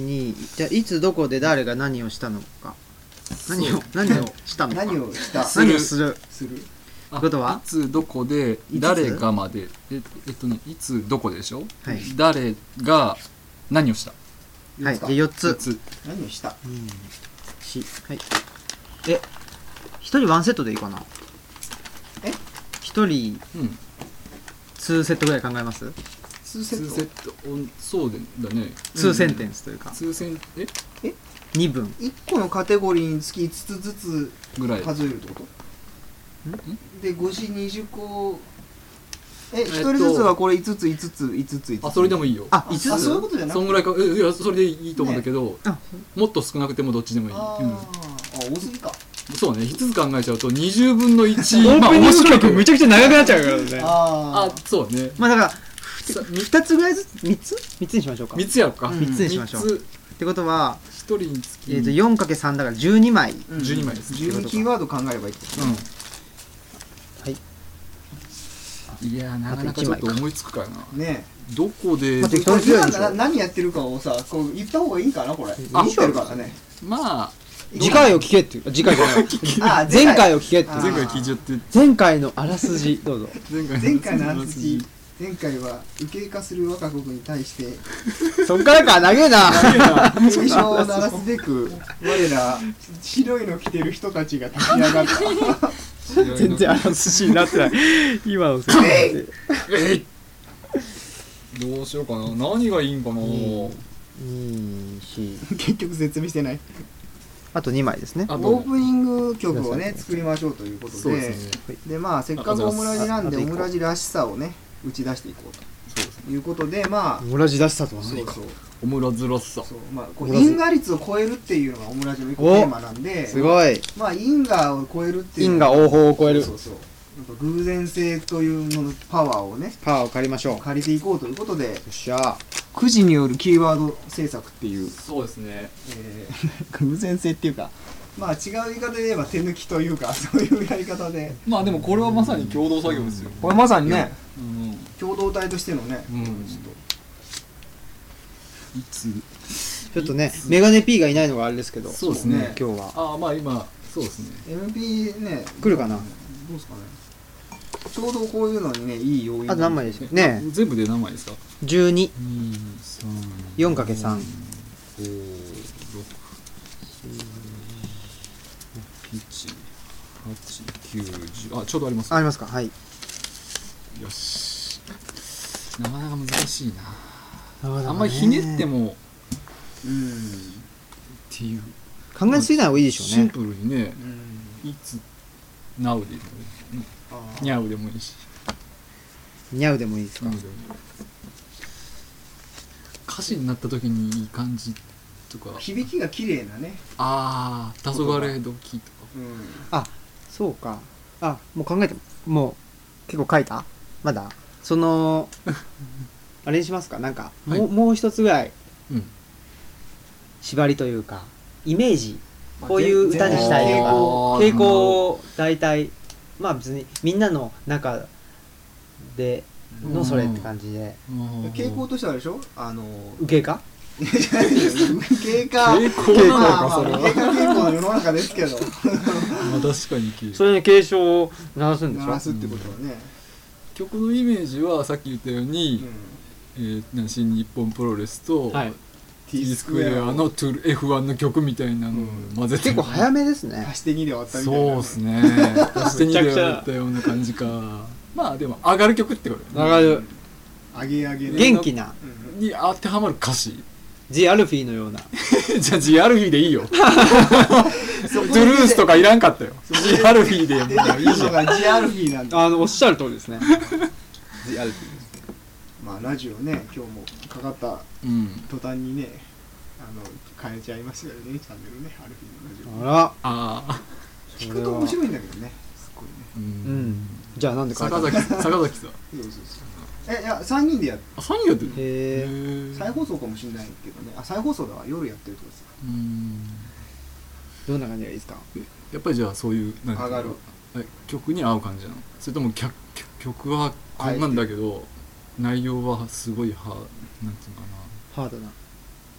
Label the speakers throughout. Speaker 1: にじゃあいつどこで誰が何をしたのか何を何をしたのか
Speaker 2: 何をした
Speaker 3: す
Speaker 1: 何をする
Speaker 2: する
Speaker 3: あ
Speaker 1: ことはい
Speaker 3: つどこで
Speaker 1: いつ
Speaker 3: 誰がまでええっとねいつどこででしょ、
Speaker 1: はい
Speaker 3: 誰が何をした
Speaker 1: はい
Speaker 2: 四
Speaker 1: じ
Speaker 2: つ
Speaker 1: ゃあ4つ
Speaker 2: か
Speaker 3: つ
Speaker 2: 何をした
Speaker 1: うんしはいえ一人ワンセットでいいかな
Speaker 2: え
Speaker 1: 一人
Speaker 3: うん
Speaker 1: 2セットぐらい考えます
Speaker 2: 数セ
Speaker 3: 2
Speaker 2: ッ
Speaker 3: セ
Speaker 2: ト
Speaker 3: ットおそうだね
Speaker 1: 2センテンスというか
Speaker 3: 2センえ
Speaker 1: 2分
Speaker 2: 1個のカテゴリーにつき5つずつ
Speaker 3: ぐらい
Speaker 2: 数えるってことで5時20個え
Speaker 3: と
Speaker 2: 一人ずつはこれ5つ5つ5つ5つ
Speaker 3: あそれで
Speaker 2: も
Speaker 3: もいいよ
Speaker 1: あ
Speaker 2: 5
Speaker 1: 5
Speaker 2: つ
Speaker 1: つ
Speaker 2: あそういうことじゃなく
Speaker 3: そん
Speaker 2: て
Speaker 3: ぐらいかえいやそれでいいと思うんだけど、
Speaker 1: あ
Speaker 3: もっと少なくてもどっちでもいい、
Speaker 2: あ
Speaker 3: うん
Speaker 2: ーあ多すぎか
Speaker 3: そうね5つ考えちゃうと20分の
Speaker 1: オ
Speaker 3: 1まあ面
Speaker 1: ン
Speaker 3: 白
Speaker 1: 曲めちゃくちゃ長くなっちゃうからね
Speaker 2: あ
Speaker 3: あそうね
Speaker 1: まあだから
Speaker 3: さみ
Speaker 1: 2つぐらいずつ3つ ?3 つにしましょうか
Speaker 3: 3
Speaker 1: 3
Speaker 3: つやろうか、
Speaker 2: うん
Speaker 1: つにしましょう
Speaker 3: 3
Speaker 1: ってことは、
Speaker 3: つ1人につき、
Speaker 1: えー、と 4×3 だから12枚
Speaker 2: あ
Speaker 3: 12枚です
Speaker 2: 12キーワード考えればいいってこと
Speaker 3: うん
Speaker 1: はい
Speaker 3: いやーなかなか
Speaker 1: あと一
Speaker 3: ちょっ
Speaker 1: 枚
Speaker 3: と
Speaker 1: か
Speaker 3: 思いつくかな
Speaker 2: ね
Speaker 3: どこで
Speaker 1: 待って
Speaker 2: これ
Speaker 1: 適当に
Speaker 2: 今
Speaker 1: やるでしょ
Speaker 2: な何やってるかをさこう言った方がいいかなこれ
Speaker 1: あ
Speaker 2: 見てるからね
Speaker 3: まあ
Speaker 1: 次回を聞けっていう次回じゃない
Speaker 2: あ
Speaker 1: 前回を聞けって
Speaker 2: あ
Speaker 1: い
Speaker 2: ー
Speaker 1: う
Speaker 3: 前回聞いちゃって
Speaker 1: 前回のあらすじどうぞ
Speaker 3: 前回
Speaker 2: 前回のあらすじ前回は右傾化する若子に対して
Speaker 1: そっからか長えな
Speaker 2: 警鐘を鳴らすべく我ら白いの着てる人たちが立ち上がった
Speaker 1: 全然あらすじにな ってない今の説明で
Speaker 3: どうしようかな何がいいんかな
Speaker 1: 2 4
Speaker 2: 結局説明してない
Speaker 1: あと2枚ですね
Speaker 3: あと
Speaker 2: オープニング曲をね作りましょうということ
Speaker 3: そう
Speaker 2: で
Speaker 3: ですね
Speaker 2: でまあせっかくオムラジなんで
Speaker 1: あ
Speaker 2: オ
Speaker 1: あと一個
Speaker 2: ムラジらしさをね打ち出していこうということでまあ
Speaker 1: オムラジ出したとは
Speaker 2: そうそう
Speaker 3: オムラズラッサ
Speaker 2: そうまあこ
Speaker 1: オム
Speaker 2: う
Speaker 1: ラジ
Speaker 2: 因果率を超えるっていうのがオムラジの一個テーマなんです
Speaker 1: ごい
Speaker 2: まあ因果を超えるっていう
Speaker 1: 因果応報を超える
Speaker 2: そうそうそうなんか偶然性というののパワーをね
Speaker 1: パワーを借りましょうよ
Speaker 2: 借りていこうということで
Speaker 1: っしゃ
Speaker 2: くじによるキーワード制作っていう、
Speaker 3: そうですね
Speaker 2: えー偶然性っていうかまあ違う言い方で言えば手抜きというか そういうやり方で
Speaker 3: まあでもこれはまさに共同作業ですよ
Speaker 2: これまさにね
Speaker 3: うんい
Speaker 2: 共同体としてのね、
Speaker 3: うん
Speaker 2: ちょっと
Speaker 3: つ
Speaker 1: ちょっとねメガネ P がいないのがあれですけど
Speaker 3: そうです
Speaker 1: 今
Speaker 3: ね
Speaker 1: 日は
Speaker 3: ああまあ今そうですね
Speaker 2: MP ね
Speaker 1: 来るかな
Speaker 2: どうですかねちょうどこういうのにねいい要因
Speaker 1: あと何枚でしょうねえ
Speaker 3: 全部で何枚ですか
Speaker 1: 12
Speaker 3: 234
Speaker 1: 4×3
Speaker 3: 5678910あちょうどあります
Speaker 1: ありますかはい
Speaker 3: よしなかなか難しいなあんまりひねってもっ
Speaker 2: うん
Speaker 3: ていう
Speaker 1: 考えすぎない方がいいでしょ
Speaker 3: シ
Speaker 1: う
Speaker 3: ン
Speaker 1: ね
Speaker 3: プルにね
Speaker 2: うん
Speaker 3: いつなうでもいい
Speaker 2: あー
Speaker 3: にゃうでもいいし
Speaker 1: にゃうでもいいですか
Speaker 3: 歌詞になった時にいい感じとか
Speaker 2: 響きが綺麗なね、
Speaker 3: ああ黄昏時とか
Speaker 2: うん、
Speaker 1: そうかあもう考えてもう結構書いたまだそ のあれにしますかなんか、も
Speaker 3: は
Speaker 1: うもう一つぐらい
Speaker 3: うん
Speaker 1: 縛りというかイメージ こういう歌にしたいとか
Speaker 2: まあ
Speaker 3: 全
Speaker 1: 傾向を大体まあ別にみんなの中でのそれって感じで
Speaker 2: 傾向としてはあれでしょ あの
Speaker 1: 受けか
Speaker 2: 経過
Speaker 3: 傾向
Speaker 1: なの
Speaker 2: まあ
Speaker 1: かそれは
Speaker 2: まあ経過傾向の世の中です けど
Speaker 3: まあ確かに傾
Speaker 1: それに警鐘を鳴らすんでし
Speaker 2: 鳴
Speaker 1: ょ
Speaker 2: らすってことはね、
Speaker 3: 曲のイメージはさっき言ったよう
Speaker 2: う
Speaker 3: に
Speaker 2: ん、
Speaker 3: えーな新日本プロレスと
Speaker 1: はい
Speaker 3: T スクエアの 2- F1 の曲みたいなのを混ぜて
Speaker 1: 結構早めですね
Speaker 2: 足して2で割ったみたいなね、
Speaker 3: そうっすね足して2でやったような感じかまあでも上がる曲ってことだよね
Speaker 1: かる
Speaker 2: 上げ上げで
Speaker 1: 元気な
Speaker 2: うん
Speaker 3: に当てはまる歌詞
Speaker 1: ジ・アルフィーのような
Speaker 3: じゃあ G アルフィーでいいよ
Speaker 2: そこ
Speaker 3: トゥルースとかいらんかったよ
Speaker 2: そこで
Speaker 3: G アルフィーで
Speaker 2: 出
Speaker 3: も
Speaker 2: てく
Speaker 3: ういい
Speaker 2: る
Speaker 3: じゃ
Speaker 2: の
Speaker 3: ん
Speaker 2: がジアルフィーなんだ
Speaker 1: あのおっしゃる通りですねジ・アルフィー
Speaker 2: まあラジオね今日もかかった
Speaker 3: うん
Speaker 2: 途端にねあの変えちゃいましたよねチャンネルねアルフィーのラジ
Speaker 1: あら
Speaker 3: ああ
Speaker 2: オ聞くと面白いんだけどねすごいね
Speaker 3: う
Speaker 1: うんんじゃあなんで書いた
Speaker 3: 坂
Speaker 1: のへ
Speaker 3: 崎坂崎さん
Speaker 2: そうそうそうえいや3人でやっ
Speaker 3: あ3人やってる
Speaker 1: え
Speaker 2: 再放送かもしれないけどねあ再放送だわ夜やってるってことです
Speaker 3: うん
Speaker 1: どんな感じがいいですか
Speaker 3: やっぱりじゃあそういうなんていう
Speaker 2: 上
Speaker 3: の
Speaker 2: がる
Speaker 3: え曲に合う感じなのそれとも曲曲はこんなんだけど内容はすごいはなんていうのかな
Speaker 1: ハードな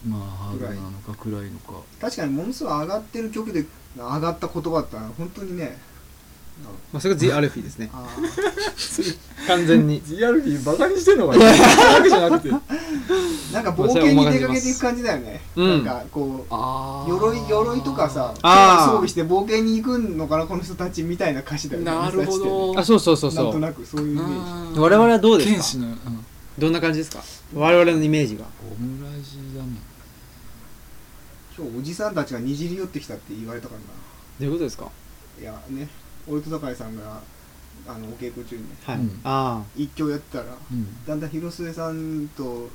Speaker 3: まあハードなのか暗いのか
Speaker 2: 確かにものすごい上がってる曲で上がった言葉だったら本当にね
Speaker 1: まあ、それが The アルフィーですね
Speaker 2: あー
Speaker 1: 完全に
Speaker 3: GRP バカにしてんのか バカじゃなくて
Speaker 2: なんか冒険に出かけていく感じだよね、
Speaker 1: うん
Speaker 2: なんかこう
Speaker 3: ああ
Speaker 2: 鎧鎧とかさ
Speaker 1: あー
Speaker 2: 装備して冒険に行くのかなこの人たちみたいな歌詞だよね
Speaker 3: なるほど
Speaker 1: あそうそうそう
Speaker 2: なん
Speaker 1: そ
Speaker 2: と
Speaker 1: う
Speaker 2: なくそういうイメージ
Speaker 1: 我々はどうですか
Speaker 3: 剣士の、うん、
Speaker 1: どんな感じですか我々のイメージが
Speaker 3: オムラジだもん
Speaker 2: 今日おじさんたちがにじり寄ってきたって言われたからな
Speaker 1: どういうことですか
Speaker 2: いやね俺と高井さんがあのお稽古中にね
Speaker 1: はい、
Speaker 3: うん
Speaker 1: あ
Speaker 2: 一興やってたら
Speaker 3: うん
Speaker 2: だんだん広末さんとあの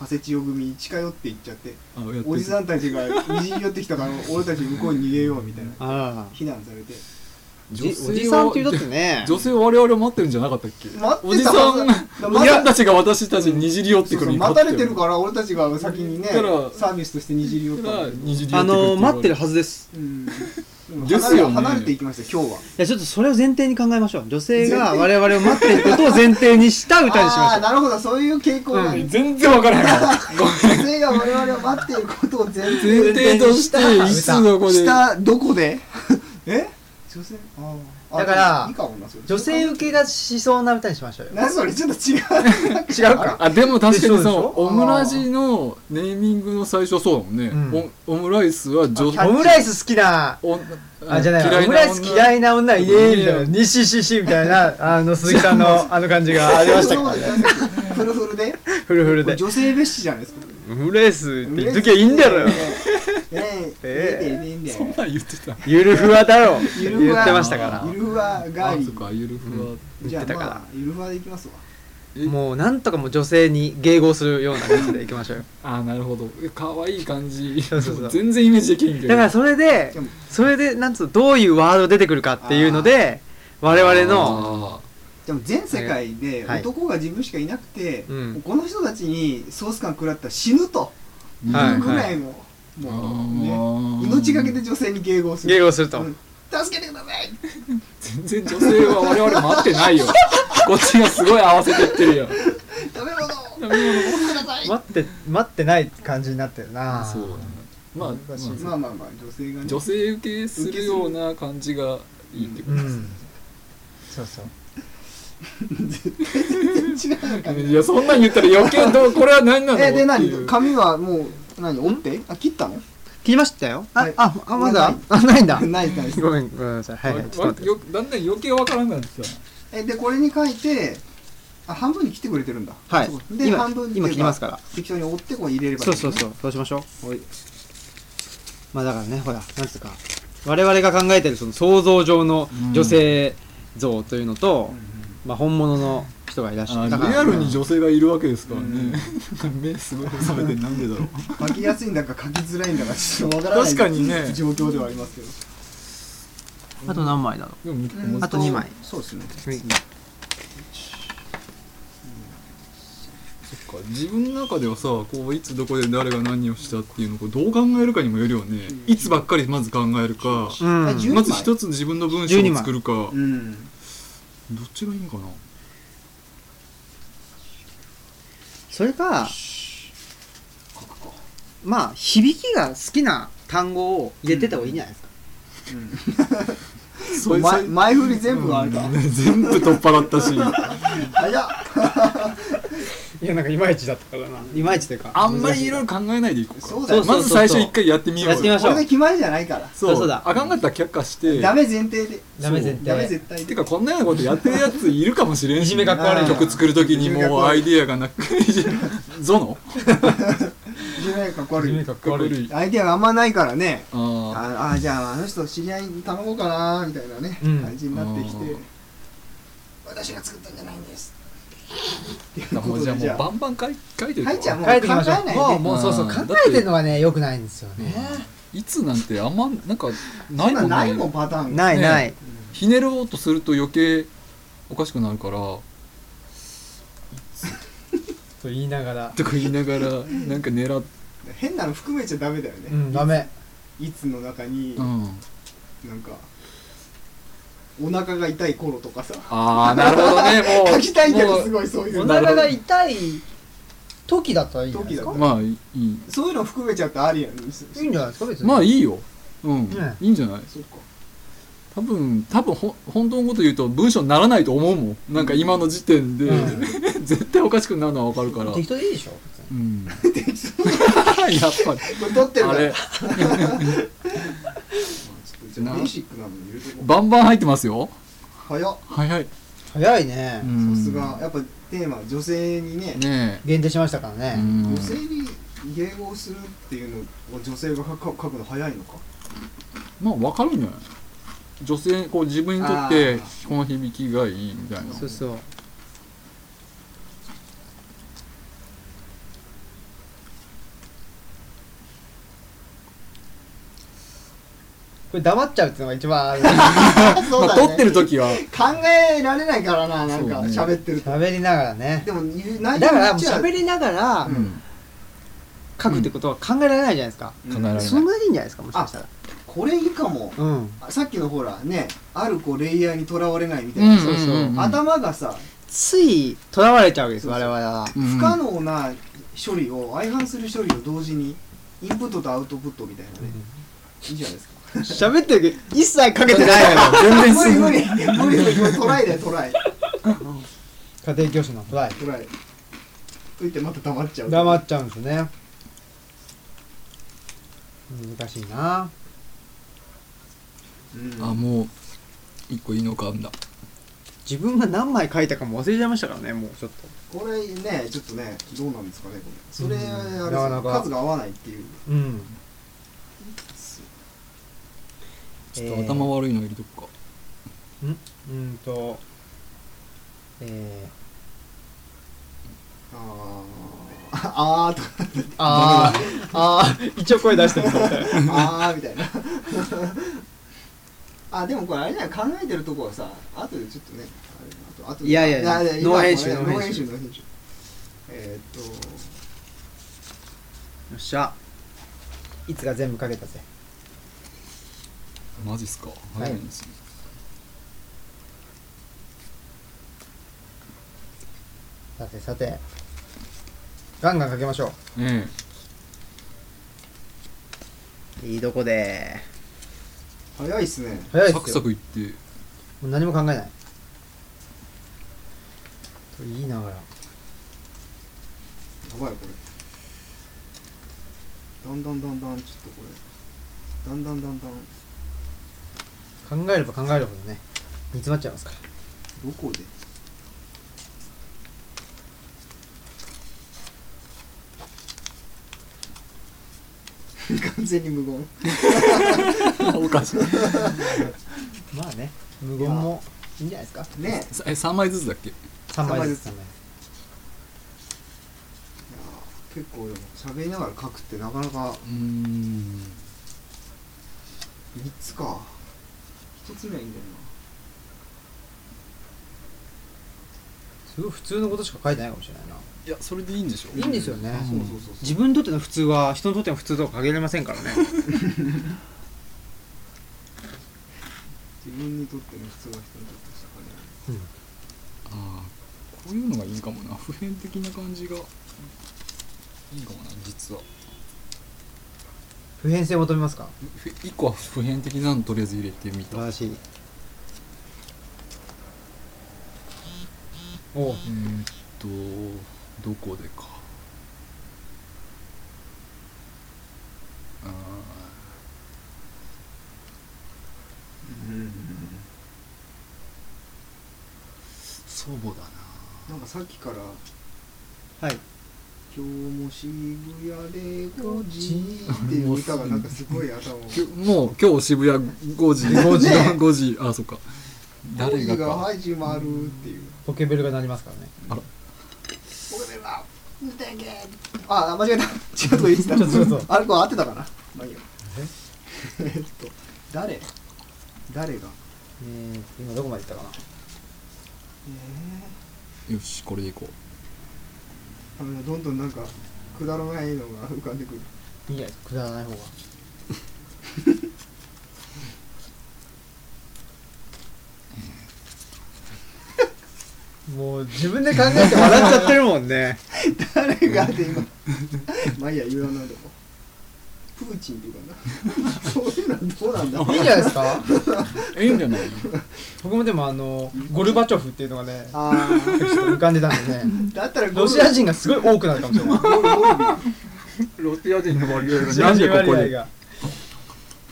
Speaker 2: 長谷千代組に近寄っていっちゃって
Speaker 3: あやって
Speaker 2: おじさんたちがにじり寄ってきたから俺たち向こうに逃げようみたいな
Speaker 1: あああ
Speaker 2: 非難されて
Speaker 1: じおじさんって言うとってね
Speaker 3: 女性を我々待ってるんじゃなかったっけ
Speaker 2: 待ってた
Speaker 3: おじさん
Speaker 2: はず
Speaker 3: おじさんたちが私たちににじり寄って
Speaker 2: そう
Speaker 3: く
Speaker 2: そ
Speaker 3: る
Speaker 2: う
Speaker 3: に
Speaker 2: 待たれてる
Speaker 3: ら
Speaker 2: から俺たちが先にね
Speaker 3: だから
Speaker 2: サービスとしてにじり寄ったんだけど
Speaker 3: にじり寄
Speaker 1: あ
Speaker 3: ってくる
Speaker 1: の待ってるはずです
Speaker 2: うん
Speaker 3: ですよね
Speaker 2: 離れ離れていきました今日はい
Speaker 1: やちょっとそれを前提に考えましょう女性が我々を待っていることを前提にした歌にしま
Speaker 2: あ
Speaker 1: し
Speaker 2: あ
Speaker 1: ょう
Speaker 2: なるほどそういう傾向がある
Speaker 3: 全然わからへんわ
Speaker 2: 女性が我々を待っていることを前
Speaker 3: 前
Speaker 2: 提
Speaker 3: 提としていつどこで
Speaker 2: 下どこで え女性あーあ
Speaker 1: だから
Speaker 2: いいかもなそれ
Speaker 1: 女性受けがしそうな歌にしましょうよ
Speaker 2: 何それちょっと違う違
Speaker 1: 違うか
Speaker 3: あでも確か
Speaker 1: そう
Speaker 3: に
Speaker 1: で
Speaker 3: そ
Speaker 1: しょ
Speaker 3: のオムラジのネーミングの最初そうだもんね、
Speaker 1: うん
Speaker 3: おオムライスは女
Speaker 1: オムライス好きな
Speaker 3: お
Speaker 1: あじゃないオムライス
Speaker 3: い
Speaker 1: 嫌いな女いねえみたい
Speaker 3: い
Speaker 1: な
Speaker 3: や
Speaker 1: にしししみたいなあの鈴木さんのあの感じがありましたけどね
Speaker 2: フルフルで
Speaker 1: フルフルで
Speaker 2: 女性蔑視じゃないですか
Speaker 1: オムライス
Speaker 2: 言
Speaker 1: 言っときゃいいんだろ
Speaker 2: ね
Speaker 1: え
Speaker 2: え
Speaker 1: え
Speaker 2: えねえねえ
Speaker 3: そんなん言ってた
Speaker 1: ゆるふわだろ
Speaker 2: ゆ
Speaker 1: 言
Speaker 2: るふわ
Speaker 1: ってましたか
Speaker 2: ゆるふわガー
Speaker 3: あ
Speaker 2: リ
Speaker 3: そっ
Speaker 2: ー
Speaker 3: かゆるふわ、
Speaker 1: う
Speaker 2: じゃ
Speaker 1: 言ってた
Speaker 2: あ
Speaker 1: から
Speaker 2: まあゆるふわでいきますわ
Speaker 1: らもうなんとかもう女性に迎合するような感じでいきましょうよ
Speaker 3: あーなるほどえ可愛い感じ
Speaker 1: そうそうそう
Speaker 3: 全然イメージできへんけど
Speaker 1: だからそれで
Speaker 2: でも
Speaker 1: それでなんつうのどういうワード出てくるかっていうので我々の
Speaker 3: の
Speaker 2: でも全世界で
Speaker 1: はい
Speaker 2: 男が自分しかいなくて、
Speaker 1: うん
Speaker 2: この人たちにソース感食らったら死ぬというぐ
Speaker 1: はい
Speaker 2: らいの、もうね命がけで女性に迎合する
Speaker 1: 迎合すると
Speaker 2: うん助けてください
Speaker 3: 全然女性は我々待ってないよこっちがすごい合わせてってる よ
Speaker 2: 食べ物を
Speaker 3: 食べ物
Speaker 2: 持ってください
Speaker 1: 待って待ってない感じになってるな
Speaker 3: そうだねまあ、
Speaker 1: 難しい
Speaker 3: ま
Speaker 2: まあまあまあ女性が
Speaker 3: あ
Speaker 2: ね
Speaker 3: 女性受けするような感じがいいってこ
Speaker 1: う
Speaker 3: と
Speaker 1: んそうそう
Speaker 2: 違うか
Speaker 3: いやそんなん言ったら余計 どうこれは何なの
Speaker 2: えで
Speaker 3: ってい
Speaker 2: 何
Speaker 3: う
Speaker 2: 髪はもう何折ってあ切ったの
Speaker 1: 切りましたよあ
Speaker 2: はい
Speaker 1: ああまだ
Speaker 2: ま
Speaker 1: あないんだ
Speaker 2: ないない
Speaker 1: ごめんごめんなさいはいはいちょ
Speaker 3: わ
Speaker 1: っと待って
Speaker 3: よだんだん余計わからんくなってき
Speaker 2: えでこれに書いてあ半分に切ってくれてるんだ
Speaker 1: はい
Speaker 2: そうで
Speaker 1: 今
Speaker 2: 半分っていう
Speaker 1: 今切りますから
Speaker 2: 適当に折ってこう入れればいい
Speaker 1: そうそうそうそうしましょうまあだからねほらなんつうか我々が考えてるその想像上の女性像というのと、まあ、本物の人がいらっしゃる
Speaker 3: た
Speaker 1: だか
Speaker 3: な
Speaker 1: ら
Speaker 3: リアルに女性がいるわけですから
Speaker 2: うん
Speaker 3: ねなんか 目すごい覚めてなんでだろう
Speaker 2: 書きやすいんだか書きづらいんだかちょっとわからない
Speaker 3: 確かにね
Speaker 2: 状況ではありますけど
Speaker 1: あと何枚だろ
Speaker 3: でも
Speaker 1: あと二枚
Speaker 2: そうですね
Speaker 1: う
Speaker 3: そっか自分の中ではさこういつどこで誰が何をしたっていうのをこうどう考えるかにもよるよね、いつばっかりまず考えるか、
Speaker 1: うん
Speaker 2: あ12枚
Speaker 3: まず一つ自分の文章を作るか、
Speaker 2: うん
Speaker 3: どっちがいいのかな
Speaker 1: それかまあ響きが好きな単語を入れてた方がいいんじゃないですか、
Speaker 3: そういう
Speaker 2: 前前振り全部あるか
Speaker 3: うん全部取っ払ったし
Speaker 2: 早っ
Speaker 1: いやなんかいまいちだったからないまいちというか
Speaker 3: あんまりいろ
Speaker 1: ろ
Speaker 3: いろ考えないでいこうか
Speaker 2: そうだよ
Speaker 3: まず最初一回やってみようよ
Speaker 1: やってみましょう
Speaker 2: これで決まりじゃないから
Speaker 3: そう
Speaker 1: そうだ
Speaker 3: あかんかったら却下して
Speaker 2: ダメ前提で
Speaker 1: ダメ前提
Speaker 2: ダメ絶対
Speaker 3: て
Speaker 2: で
Speaker 3: かこんなようなことやってるやついるかもしれん
Speaker 1: い
Speaker 3: し
Speaker 1: じめかっこ
Speaker 2: 悪い
Speaker 3: 曲作る時にもうアイディアがな くいじめゾノ
Speaker 2: いじめかっこ悪い
Speaker 3: かっこ悪い
Speaker 2: アイデアがあんまないからね
Speaker 3: あ
Speaker 2: ああじゃああの人知り合いに頼もうかなみたいなね、
Speaker 1: うん
Speaker 2: 感じになってきて
Speaker 3: うん
Speaker 2: 私が作ったんじゃないんです
Speaker 3: あもうじゃあもうバンバン書い書いてる
Speaker 2: はいじゃあもう考
Speaker 1: 書
Speaker 2: え
Speaker 1: いてみましょう
Speaker 2: ない
Speaker 1: もう
Speaker 2: で
Speaker 1: もうそうそう
Speaker 3: うん
Speaker 1: 考えてるのがねよくないんですよね
Speaker 3: いつなんてあんまなんかな
Speaker 2: そ
Speaker 3: い
Speaker 2: ん
Speaker 3: も
Speaker 2: なん
Speaker 3: ん
Speaker 2: ないも
Speaker 3: ね
Speaker 2: んパターン
Speaker 1: ない
Speaker 3: ね
Speaker 1: ない
Speaker 3: ひねろうとすると余計おかしくなるから
Speaker 1: と言いながら
Speaker 3: とか言いな がらなんか狙って
Speaker 2: 変なの含めちゃダメだよね、
Speaker 1: うんダメ
Speaker 2: いつの中に、
Speaker 3: うん
Speaker 2: なんかお腹が痛い頃とかさ
Speaker 3: ああなるほどねもう
Speaker 2: 書きたいけど
Speaker 3: も
Speaker 2: す
Speaker 3: う
Speaker 2: ごいそういう
Speaker 1: お
Speaker 2: の
Speaker 1: 腹が痛い
Speaker 4: 時だったらいいんじゃない
Speaker 2: 時
Speaker 4: です
Speaker 2: だ
Speaker 4: か
Speaker 2: と
Speaker 3: まあいい
Speaker 2: そういうの含めちゃったらありやん
Speaker 4: いいんじゃないですか別に
Speaker 3: まあいいようん、
Speaker 4: ね
Speaker 3: いいんじゃない
Speaker 2: そっか
Speaker 3: 多分多分ほ本当のこと言うと文章にならないと思うもんなんか今の時点で、
Speaker 4: う
Speaker 3: 絶対おかしくなるのはわかるから
Speaker 4: 適当でいいでしょ
Speaker 3: うん やっぱり
Speaker 2: これ撮ってるか
Speaker 3: あ
Speaker 2: ら
Speaker 3: れ
Speaker 2: まあちょっとじゃあ
Speaker 3: な
Speaker 2: ベーシックなの入れてこう
Speaker 3: バンバン入ってますよ
Speaker 2: 早っ
Speaker 3: 早い
Speaker 4: 早いね、
Speaker 3: さ
Speaker 2: さすがやっぱテーマ女性にね
Speaker 3: ね
Speaker 4: 限定しましたからね
Speaker 3: え、うん
Speaker 2: 女性に迎合するっていうのを女性が書く書くの早いのか
Speaker 3: まあわかるんじゃない女性こう自分にとってこの響きがいいみたいな
Speaker 1: そうそう
Speaker 4: これ黙っちゃうっていうのが一番 ある
Speaker 2: そう
Speaker 3: まあ
Speaker 2: だね
Speaker 3: 撮ってる時は
Speaker 2: 考えられないからななんか
Speaker 3: そうね
Speaker 2: 喋ってると
Speaker 4: 喋りながらね
Speaker 2: でも言う
Speaker 1: だ
Speaker 2: 内容
Speaker 1: から
Speaker 2: 言
Speaker 1: も
Speaker 2: っ
Speaker 1: う
Speaker 2: ちゃう
Speaker 1: 喋りながら
Speaker 3: うん
Speaker 1: 書くってことは考えられないじゃないですか、
Speaker 3: 考えられない
Speaker 1: そんなにいいんじゃないですかもしかしたら
Speaker 2: これいいかも
Speaker 1: うん
Speaker 2: あさっきのほらねあるこうレイヤーにとらわれないみたい
Speaker 3: うん
Speaker 2: な、
Speaker 3: そうそう
Speaker 2: 頭がさ
Speaker 1: ついとらわれちゃうわけです
Speaker 2: そう
Speaker 1: 我
Speaker 2: そう
Speaker 1: 々は
Speaker 2: 不可能な処理を相反する処理を同時にインプットとアウトプットみたいなね、いいじゃないですか
Speaker 1: 喋ってるけど一切かけてないのよ
Speaker 3: 全然
Speaker 2: 無理
Speaker 3: 進
Speaker 2: 無
Speaker 3: む
Speaker 2: 理無理無理これトライだよトライ
Speaker 4: 家庭教師のトライ
Speaker 2: トライといってまた黙っちゃう
Speaker 4: 黙っちゃうんですね難しいな
Speaker 2: うん
Speaker 3: あもう一個いいのかあんだ
Speaker 1: 自分が何枚書いたかも忘れちゃいましたからねもうちょっと
Speaker 2: これねちょっとねどうなんですかねこれそれあれですよ
Speaker 4: なかなか
Speaker 2: 数が合わないっていう
Speaker 4: うん
Speaker 3: ちょっと頭悪いの入れとくか
Speaker 4: うんとえ
Speaker 2: あーあーと
Speaker 4: ー、あーあー
Speaker 1: 一応声出してる
Speaker 2: あーみたいなあでもこれあれじゃない考えてるとこはさ後でちょっとねあれ後後で
Speaker 1: いやいやいや
Speaker 2: あ今
Speaker 1: ノー編集
Speaker 2: 今
Speaker 1: ノー
Speaker 2: ノー
Speaker 1: 編
Speaker 2: 編
Speaker 1: 集
Speaker 2: 集ノー編集えーっと
Speaker 1: っしゃ
Speaker 4: いつが全部かけたぜ
Speaker 3: マジっすか早いんですね
Speaker 4: さてさてガンガンかけましょ
Speaker 3: え
Speaker 1: いいとこで
Speaker 2: 早いっすね
Speaker 4: う早
Speaker 3: え
Speaker 4: い
Speaker 3: サ
Speaker 4: で
Speaker 3: ク
Speaker 4: すよ
Speaker 3: サ
Speaker 4: も
Speaker 3: クいって
Speaker 4: う何も考えないと言いながら
Speaker 2: やばいこれだんだんだんだんちょっとこれだんだんだんだん
Speaker 4: 考えれば考えるほどね煮詰まっちゃいますから
Speaker 2: どこで 完全に無言
Speaker 3: おかしい
Speaker 4: まあね無言もいいんじゃないですか
Speaker 2: ね
Speaker 3: さ え3枚ずつだっけ
Speaker 4: 3枚ずつ
Speaker 2: 三え結構でも喋りながら書くってなかなか
Speaker 3: うん
Speaker 2: 3つか1つ目はいいんだよ
Speaker 4: すごい普通のことしか書いてないかもしれないない
Speaker 3: やそれでいいんでしょ
Speaker 4: いいんですよね
Speaker 2: なそうそうそう
Speaker 1: 自分にとっての普通は人にとっての普通とは限りませんからね
Speaker 2: 自分にとっての普通は人にとってしかね
Speaker 3: あーこういうのがいいかもな普遍的な感じがいいかもな実は
Speaker 4: 普遍性を求めますか
Speaker 3: ふ一個は普遍的なのとりあえず入れてみた
Speaker 4: 素晴らしいおう
Speaker 3: えーっとどこでかあー祖母だ
Speaker 2: なんかさっきから
Speaker 1: はい
Speaker 2: 今日も渋谷で5時っていう歌がなんかすごい頭を
Speaker 3: なもう今日渋谷5時5時5時 あそっか誰が
Speaker 2: 5時が
Speaker 3: か
Speaker 2: 始まるっていう
Speaker 4: ポケベルが鳴りますからね
Speaker 2: これは歌いけあ間違えた違うとこ言ってた
Speaker 4: ちょっとちょっと
Speaker 2: あれこれ合ってたかなまあいいやえっと誰誰が
Speaker 4: えー、今どこまで行ったかな
Speaker 2: え
Speaker 3: よしこれでいこ
Speaker 2: ーあのどんどんなんかくだらないのが浮かんでくる
Speaker 4: いいやくだらない方が
Speaker 1: もう自分で考えて笑っちゃってるもんね
Speaker 2: 誰がで 今まあいいや言わないでもプーチンと かなそういうのはどうなんだ
Speaker 4: いいんじゃないですか
Speaker 3: いいんじゃない
Speaker 4: 僕もでもあのゴルバチョフっていうのがね
Speaker 2: あ
Speaker 4: ちょっと浮かんでたんでね
Speaker 2: あだったらゴル
Speaker 4: ロシア人がすごい多くなるかもしれない
Speaker 2: ゴルゴルビー
Speaker 3: ロシア人の割合
Speaker 4: ロ
Speaker 3: が なん
Speaker 4: シ
Speaker 3: で
Speaker 4: ア人
Speaker 3: ここ
Speaker 4: 割合
Speaker 3: に
Speaker 4: が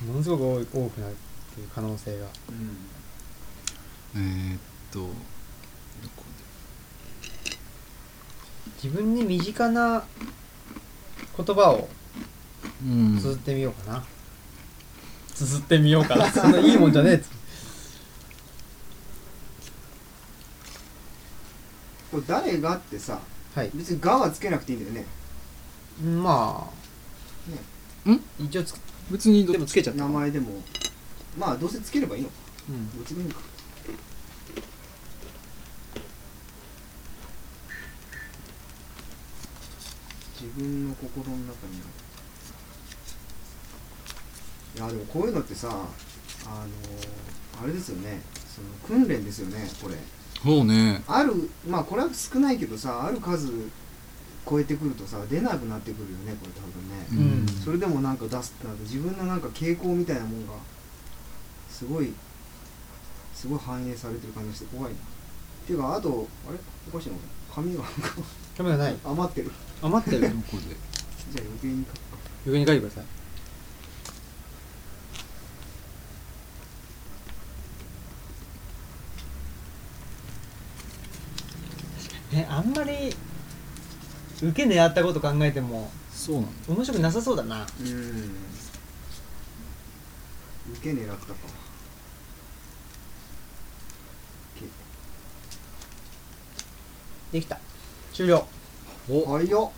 Speaker 4: ものすごく多い多くなるっていう可能性が
Speaker 3: えー、っとどこ
Speaker 4: 自分に身近な言葉を
Speaker 3: でうん
Speaker 4: 綴ってみようかな綴ってみようかな そんないいもんじゃねえっつって
Speaker 2: これ誰がってさ
Speaker 4: はい
Speaker 2: 別に「が」はつけなくていいんだよね
Speaker 4: まあ
Speaker 3: ん
Speaker 4: 一応つく
Speaker 3: 別にど
Speaker 1: でもつけちゃった
Speaker 2: 名前でもまあどうせつければいいのか
Speaker 1: うん
Speaker 2: どっちでもいいか自分の心の中にあるいやでもこういうのってさあのあれですよねその訓練ですよねこれ
Speaker 3: そうね
Speaker 2: あるまあこれは少ないけどさある数超えてくるとさ出なくなってくるよねこれ多分ね、
Speaker 4: ん
Speaker 2: それでもなんか出すってなると自分のなんか傾向みたいなもんがすごいすごい反映されてる感じがして怖いなっていうかあとあれおかしいな俺紙がなんか
Speaker 4: カメラない
Speaker 2: 余ってる
Speaker 1: 余ってる
Speaker 3: どこで
Speaker 2: じゃあ余計に書くか
Speaker 1: 余計に書いてください
Speaker 4: ねあんまり受け狙ったこと考えても
Speaker 3: そうなんだ
Speaker 4: 面白くなさそうだな
Speaker 2: うーん受け狙ったか
Speaker 4: できた終了
Speaker 2: お早っ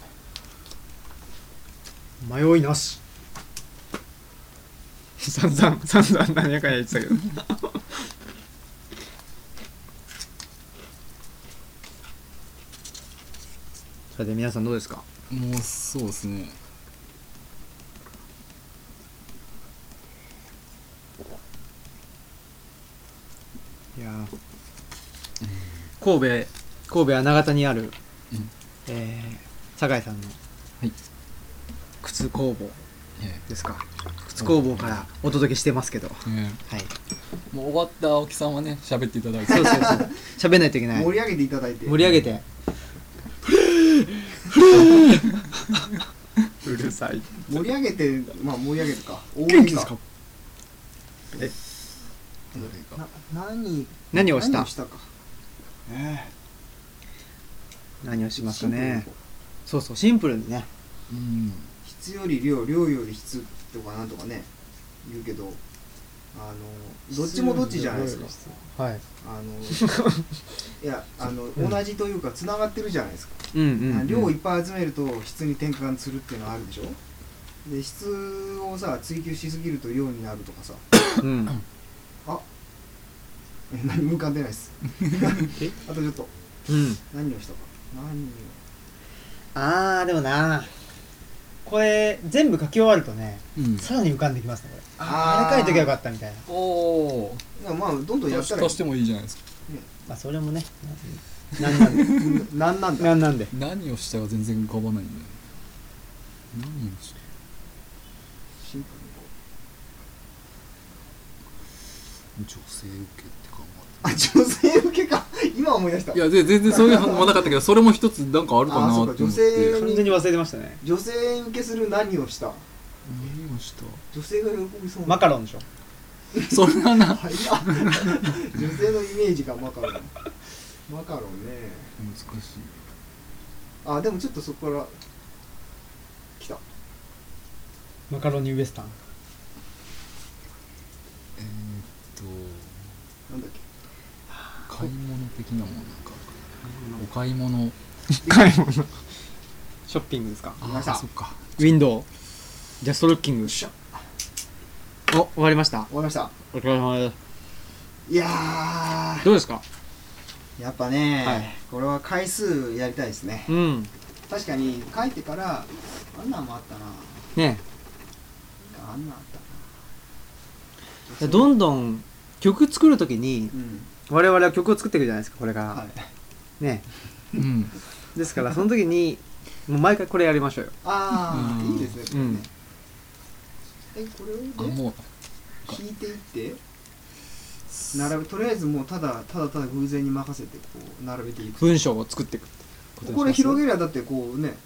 Speaker 1: 迷いなし散々散々何やかんや言ってたけど さて皆さんどうですか
Speaker 3: もうそうですね
Speaker 1: いやー神戸神戸穴形にある、
Speaker 3: うん
Speaker 1: えー酒井さんの
Speaker 3: はい
Speaker 1: 靴工房
Speaker 3: え
Speaker 1: ですか靴工房からお届けしてますけど、は
Speaker 3: ええ
Speaker 1: い、
Speaker 3: えもう終わった青木さんはね喋っていただいて
Speaker 1: そうそう そう喋んないといけない
Speaker 2: 盛り上げていただいて
Speaker 1: 盛り上げて
Speaker 3: うるさい
Speaker 2: 盛り上げてまあ盛り上げるか応援か
Speaker 4: な何
Speaker 1: 何をした何
Speaker 2: 何を
Speaker 1: を
Speaker 2: したか
Speaker 1: しますかねそうそうシンプルにね
Speaker 3: うん
Speaker 2: 質より量量より質とかなんとかね言うけどあのどっちもどっちじゃないですか
Speaker 4: はい
Speaker 2: あのいやあの、
Speaker 4: ん
Speaker 2: 同じというかつながってるじゃないですか、
Speaker 1: うんうん、うん、
Speaker 2: 量をいっぱい集めると質に転換するっていうのはあるでしょで質をさ追求しすぎると量になるとかさ
Speaker 1: うん
Speaker 2: え何も浮かんでないですあとちょっと
Speaker 1: うん
Speaker 2: 何をしたか何を
Speaker 4: あーでもなこれ全部書き終わるとね
Speaker 3: うん
Speaker 4: さらに浮かんできますねこれ
Speaker 2: あ
Speaker 4: あ
Speaker 2: ー
Speaker 4: れ書いときゃよかったみたいな
Speaker 3: おお
Speaker 2: いやまあどんどんやっ
Speaker 3: 足
Speaker 2: たらいい
Speaker 3: してもいいじゃないですか
Speaker 4: まあそれもね
Speaker 1: なん なんで
Speaker 2: うん何なんだ
Speaker 1: なんなんで
Speaker 3: 何をしたか全然浮かばないんだよ何をした
Speaker 2: シンプルにこ
Speaker 3: 女性受けって考
Speaker 2: うあ女性受けか今思い出した
Speaker 3: えいやで全然そういう反応はなかったけどそれも一つなんかあるかな
Speaker 2: あ
Speaker 3: と
Speaker 2: そう
Speaker 3: 思
Speaker 2: か
Speaker 3: って
Speaker 2: 女性
Speaker 1: 完全に忘れてましたね
Speaker 2: 女性受けする何をした
Speaker 3: 何をした
Speaker 2: 女性が喜びそうな
Speaker 4: マカロンでしょ
Speaker 3: それはな
Speaker 2: はいあ 女性のイメージがマカロンマカロンね
Speaker 3: 難しい
Speaker 2: あでもちょっとそこから来た
Speaker 4: マカロニウエス タン
Speaker 3: えー、っ
Speaker 2: なんだっけ
Speaker 3: と買い物的なものなんかお買い物
Speaker 1: ショッピングですか
Speaker 3: ああそっか
Speaker 1: ウィンドウジャストロッキングお終
Speaker 2: ゃ
Speaker 1: わりました
Speaker 2: 終わりました
Speaker 1: お疲れ様です
Speaker 2: いやー
Speaker 1: どうですか
Speaker 2: やっぱね、
Speaker 1: はい
Speaker 2: これは回数やりたいですね
Speaker 1: うん
Speaker 2: 確かに書いてからあんなんもあったな
Speaker 1: ね
Speaker 2: あんなんあった
Speaker 1: えどんどん曲作るときに
Speaker 2: うん
Speaker 1: 我々は曲を作っていくじゃないですかこれから、
Speaker 2: はい
Speaker 1: ね
Speaker 3: うん
Speaker 1: ですからその時にもう毎回これやりましょうよ、
Speaker 2: あ
Speaker 3: う
Speaker 2: あ
Speaker 3: ん
Speaker 2: いいですねこ
Speaker 1: う
Speaker 2: れね、
Speaker 1: ん、
Speaker 2: えこれを
Speaker 3: あ
Speaker 2: ね
Speaker 3: もう
Speaker 2: 引いていって並べとりあえずもうただただただ偶然に任せてこう並べていく
Speaker 1: 文章を作っていくって
Speaker 2: これ広
Speaker 1: げ
Speaker 2: げりゃだってこうね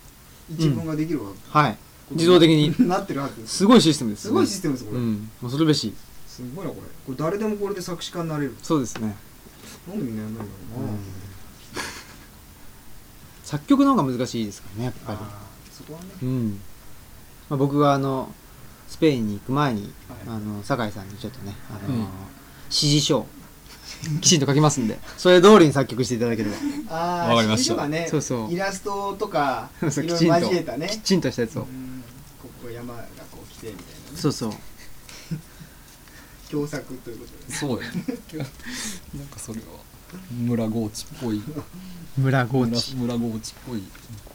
Speaker 2: 一文ができるわ、
Speaker 1: はい自動的に
Speaker 2: なってるはずです
Speaker 1: すごいシステムです、
Speaker 2: すごいシステムですこ
Speaker 1: う
Speaker 2: れ、
Speaker 1: ん恐るべし
Speaker 2: すごいなこれこれ誰でもこれで作詞家になれる
Speaker 1: そうですね、
Speaker 2: なんでみんなやんないんだろうな、
Speaker 1: 作曲の方が難しいですからねやっぱ
Speaker 2: あーそこはね
Speaker 1: りうん、まあ、僕があのスペインに行く前に
Speaker 2: はい
Speaker 1: あの酒井さんにちょっとねあの、
Speaker 3: うん
Speaker 1: 指示書を きちんと書きますんでそれ通りに作曲していただければ
Speaker 2: ああ
Speaker 3: わかりました
Speaker 2: ね
Speaker 1: そうそう
Speaker 2: イラストとかい ろ
Speaker 1: そう
Speaker 2: いろ
Speaker 1: きちんと
Speaker 2: 交えたね
Speaker 1: きちんとしたやつを、
Speaker 2: うんここ山がこう来てみたいなね
Speaker 1: そうそう
Speaker 2: 共作ということで
Speaker 3: そうやねなんかそれは村ゴーチっぽい
Speaker 1: 村ゴー
Speaker 3: 村
Speaker 1: チ
Speaker 3: 村ゴーチっぽい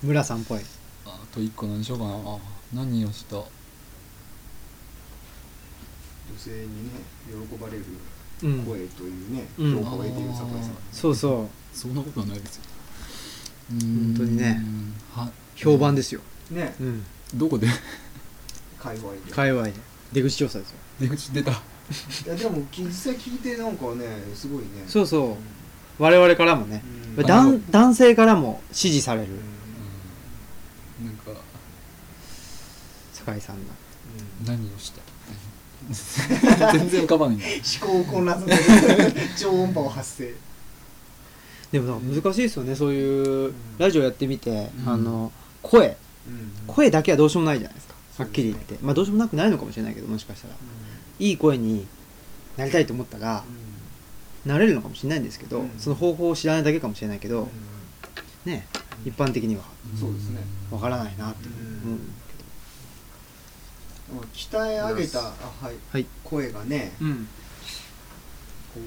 Speaker 1: 村さんっぽい
Speaker 3: ああと一個何しようかなあ何をした
Speaker 2: 女性にね喜ばれる
Speaker 1: うん
Speaker 2: 声というね、
Speaker 1: うん
Speaker 2: 評価を得ている桜井さん、
Speaker 1: そうそう
Speaker 3: そんなことはないですよ
Speaker 1: 本当にね
Speaker 3: うーんは
Speaker 1: 評判ですよ、
Speaker 2: ね
Speaker 1: うん、
Speaker 3: どこで
Speaker 2: 界隈で
Speaker 1: 界隈で出口調査ですよ
Speaker 3: 出口出た
Speaker 2: いやでもき実際聞いてなんかねすごいね
Speaker 1: そうそう我々からもね、
Speaker 2: ん
Speaker 3: ん
Speaker 1: だん男性からも支持される
Speaker 3: うんなんか
Speaker 1: 酒井さんの
Speaker 2: うん
Speaker 3: 何をした 全然浮かばないな
Speaker 2: 思考混乱させる超音波を発生
Speaker 1: でもなんか難しいですよねそういうんラジオやってみて、
Speaker 3: うん
Speaker 1: あの声
Speaker 2: うん
Speaker 1: 声だけはどうしようもないじゃないですかは
Speaker 2: そう
Speaker 1: っ
Speaker 2: です
Speaker 1: き
Speaker 2: ね
Speaker 1: り言って、まあどうしようもなくないのかもしれないけどもしかしたらいい声になりたいと思ったらなれるのかもしれないんですけど、
Speaker 2: うん
Speaker 1: その方法を知らないだけかもしれないけ
Speaker 2: うん
Speaker 1: ど、ね一般的には
Speaker 2: そうですね
Speaker 1: わからないなって
Speaker 2: うん
Speaker 1: 思う
Speaker 2: でも鍛え上げたあ、はい
Speaker 1: はい
Speaker 2: 声がね
Speaker 1: うん
Speaker 2: こ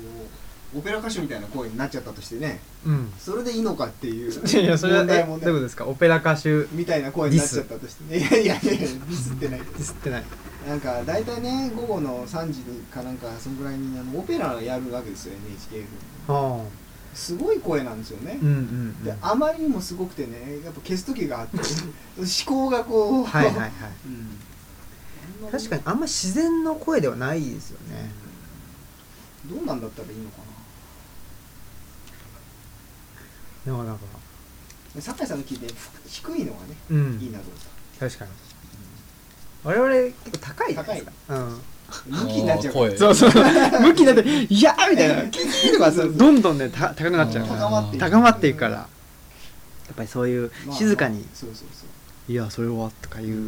Speaker 2: うオペラ歌手みたいな声になっちゃったとしてね
Speaker 1: うん
Speaker 2: それでいいのかってい う
Speaker 1: いやいやそれは
Speaker 2: 問題
Speaker 1: えどういう
Speaker 2: も
Speaker 1: こと
Speaker 2: ね
Speaker 1: ですかオペラ歌手デ
Speaker 2: みたいな声になっちゃったとしてねいやいやいやいやディスってない
Speaker 1: ィスってない
Speaker 2: なんか大体ね午後の3時かなんかそのぐらいにあのオペラやるわけですよ NHK で
Speaker 1: ああ
Speaker 2: すごい声なんですよね
Speaker 1: うんうん
Speaker 2: であまりにもすごくてねやっぱ消す時があって思考がこう
Speaker 1: はいはいはい
Speaker 2: うん
Speaker 1: 確かにあんま自然の声ではないですよね
Speaker 2: どうなんだったらいいのか
Speaker 1: なかなか
Speaker 2: な酒井さんの聞いて低いのがね、
Speaker 1: うん
Speaker 2: いいなと思っ
Speaker 1: 確かに我々結構高いじゃないですかうん
Speaker 2: た向きになっちゃうから
Speaker 3: 声
Speaker 1: そうそう向きになって「いやー!」みたいな「キキー!」とかそうどんどんねた高くなっちゃうか
Speaker 2: 高
Speaker 1: ら
Speaker 2: まっていく
Speaker 1: 高まっていくからやっぱりそういう
Speaker 2: まあ
Speaker 1: 静かに
Speaker 2: まあそうそうそ
Speaker 1: 「いやそれは」とかいう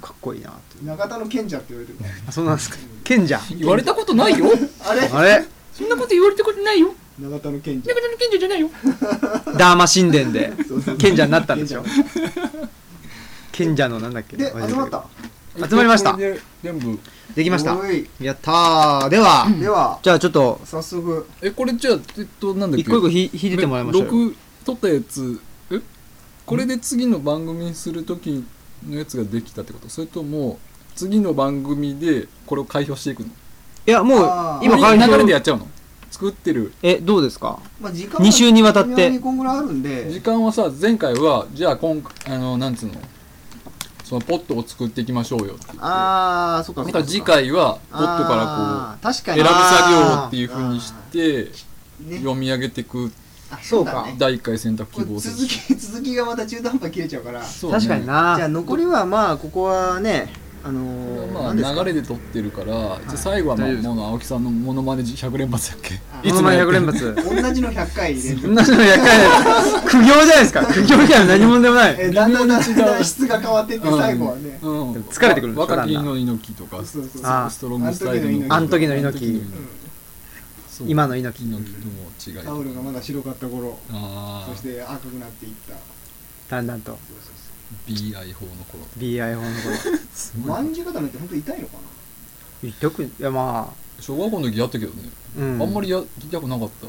Speaker 1: かっこいいなと
Speaker 2: う永田の賢者って言われてるか
Speaker 1: あそうなんですか賢者
Speaker 3: 言われたこと ないよ
Speaker 2: らあれ
Speaker 1: あれ
Speaker 3: そんなこと言われたことないよ
Speaker 2: 永田の賢者
Speaker 3: 中田の賢者じゃないよ
Speaker 1: ダーマ神殿で
Speaker 2: そうそう
Speaker 1: 賢者になったんでしょ
Speaker 2: 賢
Speaker 1: 賢者のなんだっけ
Speaker 2: 者で集まった
Speaker 1: 集まりました
Speaker 3: これで全部
Speaker 1: できました
Speaker 2: おい
Speaker 1: やったーでは
Speaker 2: では
Speaker 1: じゃあちょっと
Speaker 2: 早速
Speaker 3: えこれじゃあえっとなんだっけ
Speaker 1: 一個一個ひ引いててもらいましょうよ
Speaker 3: 録撮ったやつえこれで次の番組にする時のやつができたってことそれとも次の番組でこれを開票していくの
Speaker 1: いやもう
Speaker 2: あー
Speaker 1: 今
Speaker 3: これ
Speaker 1: 開
Speaker 3: 流れで
Speaker 1: 票
Speaker 3: やっちゃうの作ってる
Speaker 1: えどうですか
Speaker 2: まあ時間は
Speaker 1: 二週にわたって
Speaker 2: 微妙にこんぐらいあるんで
Speaker 3: 時間はさ前回はじゃあ今あのなんつうのそのポットを作っていきましょうよって言って
Speaker 2: ああそっかそ
Speaker 3: ま
Speaker 2: っか
Speaker 3: た次回はポットからこ
Speaker 2: あー確か
Speaker 3: う
Speaker 2: に
Speaker 3: 選ぶ作業っていう
Speaker 2: あー
Speaker 3: ふうにして
Speaker 2: ね
Speaker 3: 読み上げていく
Speaker 2: あ
Speaker 1: そうか
Speaker 2: だね
Speaker 3: 第1回選択
Speaker 2: こ
Speaker 3: 希
Speaker 2: れ
Speaker 3: 望選
Speaker 2: 続き 続きがまた中途半端切れちゃうからじ
Speaker 3: そうね
Speaker 1: 確かにな
Speaker 2: ゃあ残りはまあここはねあの
Speaker 3: これ
Speaker 2: ー、
Speaker 3: は
Speaker 2: 何です
Speaker 3: ま
Speaker 2: か
Speaker 3: あ流れで撮ってるから、じゃあ最後はまあ
Speaker 1: 大丈夫です
Speaker 3: もう青木さんのモノマネ100連発だっけ
Speaker 2: あ
Speaker 1: いつも100連発
Speaker 2: 同じの100 回連
Speaker 1: そ
Speaker 2: 続
Speaker 1: んなのやっかい苦行じゃないですか苦行以外は何もでもない
Speaker 2: えだんだんだんだん質が変わってって最後はね、
Speaker 3: うん
Speaker 1: でも疲れてくるんでしょ
Speaker 3: 若きの猪木とか
Speaker 2: そうそうそう
Speaker 1: あー
Speaker 3: ストロングスタイルの
Speaker 1: あん時の猪木
Speaker 3: そう
Speaker 1: 今の猪木
Speaker 3: 猪木と
Speaker 2: タ
Speaker 3: も
Speaker 2: オ
Speaker 3: 違い
Speaker 2: ルがまだ白かった頃
Speaker 3: あ
Speaker 2: そし
Speaker 3: あ
Speaker 2: て赤くなっていった
Speaker 1: だんだんと
Speaker 3: BI 法の頃
Speaker 1: BI 法の頃
Speaker 3: す
Speaker 2: ま
Speaker 3: ごい
Speaker 2: んじゅう固めって本当痛いのか
Speaker 1: よくいやまあ
Speaker 3: 小学校の時やったけどね、
Speaker 1: うん
Speaker 3: あんまりや聞いたことなかった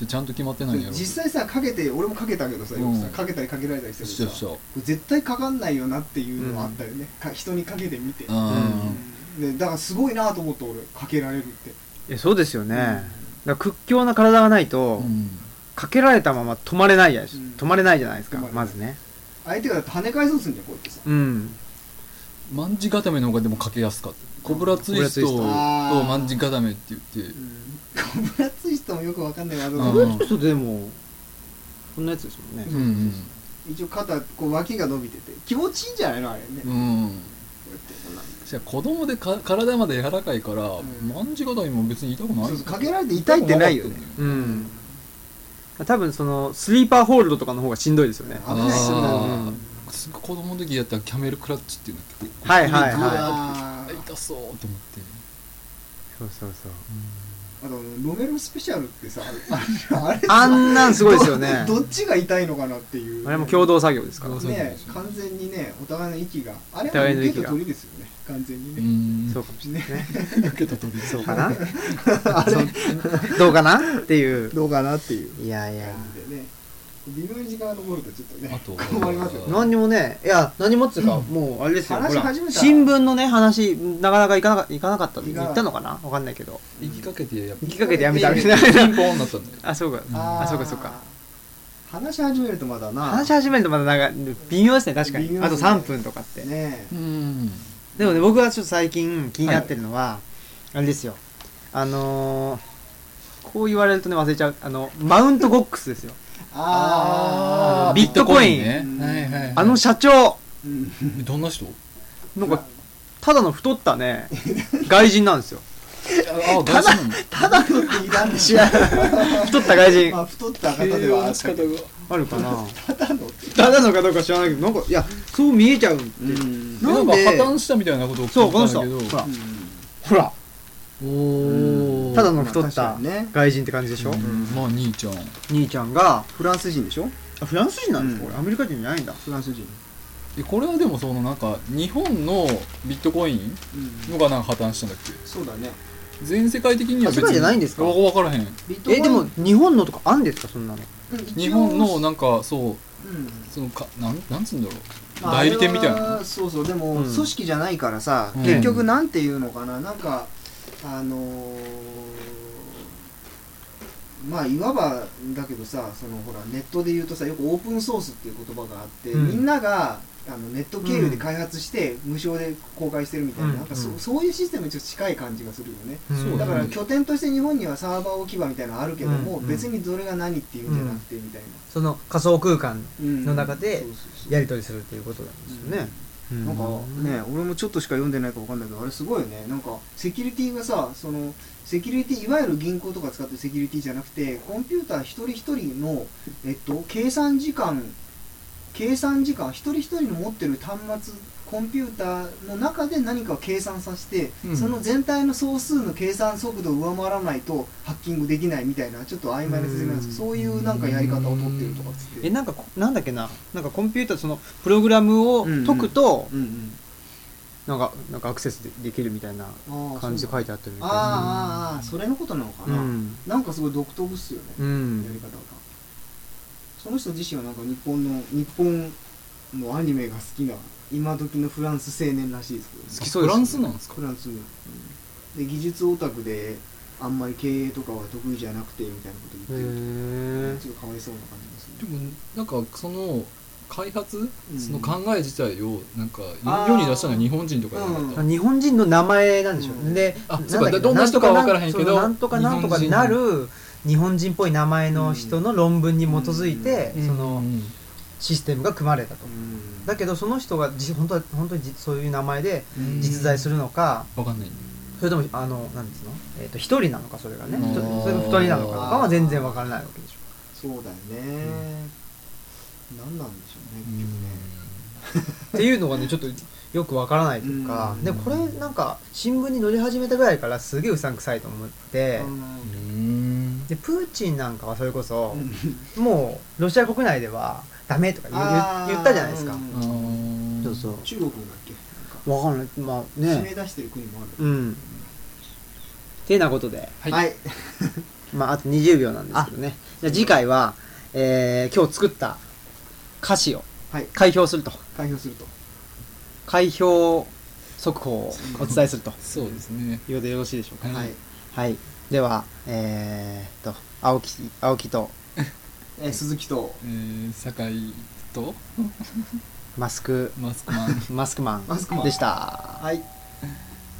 Speaker 3: でちゃんと決まってないんや
Speaker 2: な
Speaker 3: ろ
Speaker 2: 実際さかけて俺もかけたけどさ,、
Speaker 3: うん
Speaker 2: さかけたりかけられたりしてる
Speaker 3: し
Speaker 2: け
Speaker 3: た
Speaker 2: ど
Speaker 3: し
Speaker 2: さ
Speaker 3: た
Speaker 2: これ絶対かかんないよなっていうのはあったよね、か人にかけてみて、
Speaker 3: あ
Speaker 2: でだからすごいなと思って俺かけられるって
Speaker 1: えそうですよねだから屈強な体がないと
Speaker 3: ーうん
Speaker 1: かかけられたまま止まれないやし、
Speaker 2: うん
Speaker 1: 止まれないじゃないですか
Speaker 2: 止まれない
Speaker 1: まずね
Speaker 2: 相手がだって跳ね返そうとするんじゃんこうやってさ
Speaker 1: うん
Speaker 3: 万字固めの方がでもかけやすかったコブラツイストと
Speaker 2: あー
Speaker 3: 万字固めって言って
Speaker 2: うんコブラツイストもよくわかんない技だ
Speaker 3: う
Speaker 2: な、
Speaker 1: これちょっとでもこんなやつですもんね、
Speaker 3: うんうん
Speaker 2: 一応肩こう脇が伸びてて気持ちいいんじゃないのあれね、こ
Speaker 3: うん
Speaker 2: うやってこんな
Speaker 3: じゃ子供でか体まで柔らかいから、
Speaker 2: ん
Speaker 3: 万字固めも別に痛くない
Speaker 2: そうそうかけられて痛いってないよね
Speaker 1: うん多分そのスリーパーホールドとかの方がしんどいですよね
Speaker 2: 危ないですよね
Speaker 3: あ
Speaker 1: ー
Speaker 2: うん
Speaker 3: すごい子供の時やったらキャメルクラッチっていうの結構
Speaker 1: はいはい
Speaker 2: あ
Speaker 1: は
Speaker 2: ー
Speaker 3: 痛そうと思って、
Speaker 1: いそうそうそう
Speaker 2: あとロメロスペシャルってさあれあれ
Speaker 1: あんなんすごいですよね
Speaker 2: どどっちが痛いのかなっていう
Speaker 1: あれも共同作業ですから
Speaker 3: 同作業
Speaker 2: ね
Speaker 3: ですよ
Speaker 2: 完全にねお互いの息があれ
Speaker 1: お互い
Speaker 2: は
Speaker 1: の
Speaker 2: 受
Speaker 1: 息
Speaker 2: け
Speaker 1: が
Speaker 2: と取りですよね完全に
Speaker 3: う
Speaker 2: ね、
Speaker 3: ん
Speaker 1: そうかもしれ
Speaker 2: ね
Speaker 1: ないね
Speaker 3: 受けたとり
Speaker 1: そうかなそうどうかなっていう
Speaker 2: どうかなっていう
Speaker 1: いやいや
Speaker 2: 感じでね微妙に時間が残るとちょっとね
Speaker 3: あと
Speaker 2: 困りますよね
Speaker 1: 何にもねいや何もっつうかもうあれですよ
Speaker 2: 話
Speaker 1: ほ
Speaker 2: し
Speaker 1: ら
Speaker 2: 始めたら
Speaker 1: 新聞のね話なかなかいかなかいかなかった
Speaker 2: いかな
Speaker 1: 行ったのかなわかんないけど
Speaker 3: 行きかけてやっぱ
Speaker 1: 行きかけてやめたみたい
Speaker 3: ピン
Speaker 1: な
Speaker 3: ポンになったんだよ
Speaker 1: あそうか
Speaker 2: ー
Speaker 1: あそうかそうか
Speaker 2: 話し始めるとまだな
Speaker 1: 話し始めるとまだなんか微妙ですね確か
Speaker 2: 微
Speaker 1: に
Speaker 2: 妙
Speaker 1: あと
Speaker 2: ですね
Speaker 1: 3分とかって
Speaker 2: ねえ
Speaker 3: うん
Speaker 1: でもね僕がちょっと最近気になってるのは、あれですよあのーこう言われるとね忘れちゃうあのマウントゴックスですよ
Speaker 2: あ
Speaker 1: ー
Speaker 2: ー
Speaker 1: ビットコイン
Speaker 2: うん
Speaker 3: はいはいはい
Speaker 1: あの社長
Speaker 2: うん
Speaker 3: どんな人
Speaker 1: なんかただの太ったね外人なんですよ
Speaker 3: あ あ外人なの
Speaker 2: ただのっていらんでしょ
Speaker 1: 太った外人
Speaker 2: まあ太った方ではあったけど
Speaker 1: あるかな
Speaker 2: ただのって
Speaker 1: ただのかどうか知らないけどなんかいやそう見えちゃう
Speaker 2: うん
Speaker 1: な
Speaker 3: なんん
Speaker 1: で
Speaker 3: か破綻したみたいなことを聞い
Speaker 1: そうこの
Speaker 3: たん
Speaker 1: 人
Speaker 3: だけど
Speaker 1: ほらほら
Speaker 3: おおー
Speaker 1: ただの太っ
Speaker 2: まあ
Speaker 1: た
Speaker 2: 確かにね
Speaker 1: 外人って感じでしょ、
Speaker 3: うんまあ兄ちゃん
Speaker 1: 兄ちゃんが
Speaker 2: フランス人でしょ
Speaker 1: あフランス人なんですか、
Speaker 2: うん
Speaker 1: これアメリカ人じゃないんだ
Speaker 2: フランス人
Speaker 3: えこれはでもそのなんか日本のビットコインのがなんか破綻したんだっけ
Speaker 2: そうだね
Speaker 3: 全世界的には
Speaker 1: あ世界じゃないんですか
Speaker 3: わ分からへん
Speaker 2: ビットコイン
Speaker 1: えでも日本のとかあんですかそんなの
Speaker 2: うん一応
Speaker 3: 日本のなんかそう
Speaker 2: うん
Speaker 3: そのかなんなんつうんだろう
Speaker 2: まあ
Speaker 3: 代理店みたい
Speaker 2: あれは
Speaker 3: な
Speaker 2: そうそうでも
Speaker 1: う
Speaker 2: 組
Speaker 1: ん
Speaker 2: 織じゃないからさ
Speaker 3: うん
Speaker 2: 結局なんていうのかななんかあのーまあいわばだけどさそのほらネットで言うとさよくオープンソースっていう言葉があって
Speaker 1: うん
Speaker 2: みんながあのネット経由で開発して無償で公開してるみたいな
Speaker 1: うん
Speaker 2: なんかそ
Speaker 1: うん
Speaker 2: そういうシステムにちょっと近い感じがするよね
Speaker 3: そう
Speaker 2: だから
Speaker 3: うん
Speaker 2: 拠点として日本にはサーバー置き場みたいなのあるけども、
Speaker 1: うん
Speaker 2: 別にどれが何っていうんじゃなくてみたいな、
Speaker 1: その仮想空間
Speaker 2: うん
Speaker 1: の中で
Speaker 2: そうそうそう
Speaker 1: やり取りするっていうことなんですよね、うん
Speaker 2: なんかね俺もちょっとしか読んでないかわかんないけどあれすごいよねなんかセキュリティがさそのセキュリティいわゆる銀行とか使ってるセキュリティじゃなくてコンピューター一人一人の、えっと、計算時間計算時間一人一人の持ってる端末コンピューターの中で何かを計算させて、
Speaker 3: うん
Speaker 2: その全体の総数の計算速度を上回らないとハッキングできないみたいなちょっと曖昧な説明なんですけど、
Speaker 1: うん
Speaker 2: そういうなんかやり方を取ってるとかっつって。
Speaker 1: えなんかこなんだっけななんかコンピューターそのプログラムを
Speaker 2: うんうん
Speaker 1: 解くと、
Speaker 2: うんうん
Speaker 1: なんかなんかアクセスでできるみたいな
Speaker 2: あー
Speaker 1: 感じで
Speaker 2: そ
Speaker 1: 書
Speaker 2: う
Speaker 1: いてあったみたいな
Speaker 2: あーあーあーそれのことなのか
Speaker 1: う
Speaker 2: な、
Speaker 1: ん
Speaker 2: なんかすごい独特っすよね、
Speaker 1: う
Speaker 2: やり
Speaker 1: ん
Speaker 2: 方がその人自身はなんか日本の日本のアニメが好きな今時のフランス青年らしいですけど、
Speaker 1: 好
Speaker 3: 好
Speaker 1: き
Speaker 3: き
Speaker 1: そ
Speaker 3: そうう
Speaker 1: で
Speaker 3: フ
Speaker 1: す
Speaker 3: ランスなんですか
Speaker 2: フランスの、で技術オタクであんまり経営とかは得意じゃなくてみたいなこと
Speaker 1: へ
Speaker 2: 言っ
Speaker 1: え
Speaker 2: てるちょっとかわいそうな感じですね
Speaker 3: でもなんかその開発、
Speaker 2: うん
Speaker 3: その考え自体をなんか
Speaker 2: あー
Speaker 3: 世に出したのは日本人とかじゃなかった、
Speaker 2: う
Speaker 1: 日本人の名前なんでしょうね、
Speaker 2: うん
Speaker 1: で
Speaker 3: あ
Speaker 1: なん
Speaker 3: そう
Speaker 1: だ
Speaker 3: か
Speaker 1: っけ
Speaker 3: どんな人かは分からへんけど
Speaker 1: そうなんとかなんとか
Speaker 3: 日本人
Speaker 1: なる日本人っぽい名前の人の論文に基づいて、
Speaker 3: うん
Speaker 1: その
Speaker 3: うん
Speaker 1: システムが組まれたと、
Speaker 2: うん
Speaker 1: だけどその人がじ本当は本当にじそういう名前で
Speaker 3: うん
Speaker 1: 実在するのか、
Speaker 3: わかんない
Speaker 1: それともあのなんですのえっ、と一人なのかそれがね
Speaker 3: うん
Speaker 1: ひとそれが二人なのかとかは全然分からないわけでしょ
Speaker 2: そうだよね、なん、何なんでしょうね結局ね
Speaker 1: っていうのがねちょっとよくわからないというか、
Speaker 2: うん
Speaker 1: でこれなんか新聞に載り始めたぐらいからすげえうさんくさいと思って、
Speaker 3: うん
Speaker 1: でプーチンなんかはそれこ
Speaker 2: あ
Speaker 1: そ
Speaker 2: ー、
Speaker 1: もうロシア国内ではダメとか言う
Speaker 2: あー
Speaker 1: 言ったじゃないですか、
Speaker 2: うん
Speaker 3: あー
Speaker 1: そう
Speaker 2: 中国だっけ
Speaker 1: うわかんないまあ
Speaker 2: なんか指名出してる国もある、
Speaker 1: うんってなことで
Speaker 3: はい、
Speaker 2: はい
Speaker 1: まああと20秒なんですけどねじゃあ次回は、えー今日作った歌詞を
Speaker 2: はい
Speaker 1: 開票すると
Speaker 2: 開票すると
Speaker 1: 開票速報をお伝えすると
Speaker 3: そうですね
Speaker 1: いうことでよろしいでしょうか
Speaker 3: はい
Speaker 2: はい
Speaker 1: はいではえー、っと青木青木と
Speaker 2: えー鈴木と
Speaker 3: えー、酒井と
Speaker 1: マスク
Speaker 3: マスクマン
Speaker 1: マスクマ
Speaker 2: マスクマ
Speaker 1: ン
Speaker 2: ン
Speaker 1: でした
Speaker 2: はい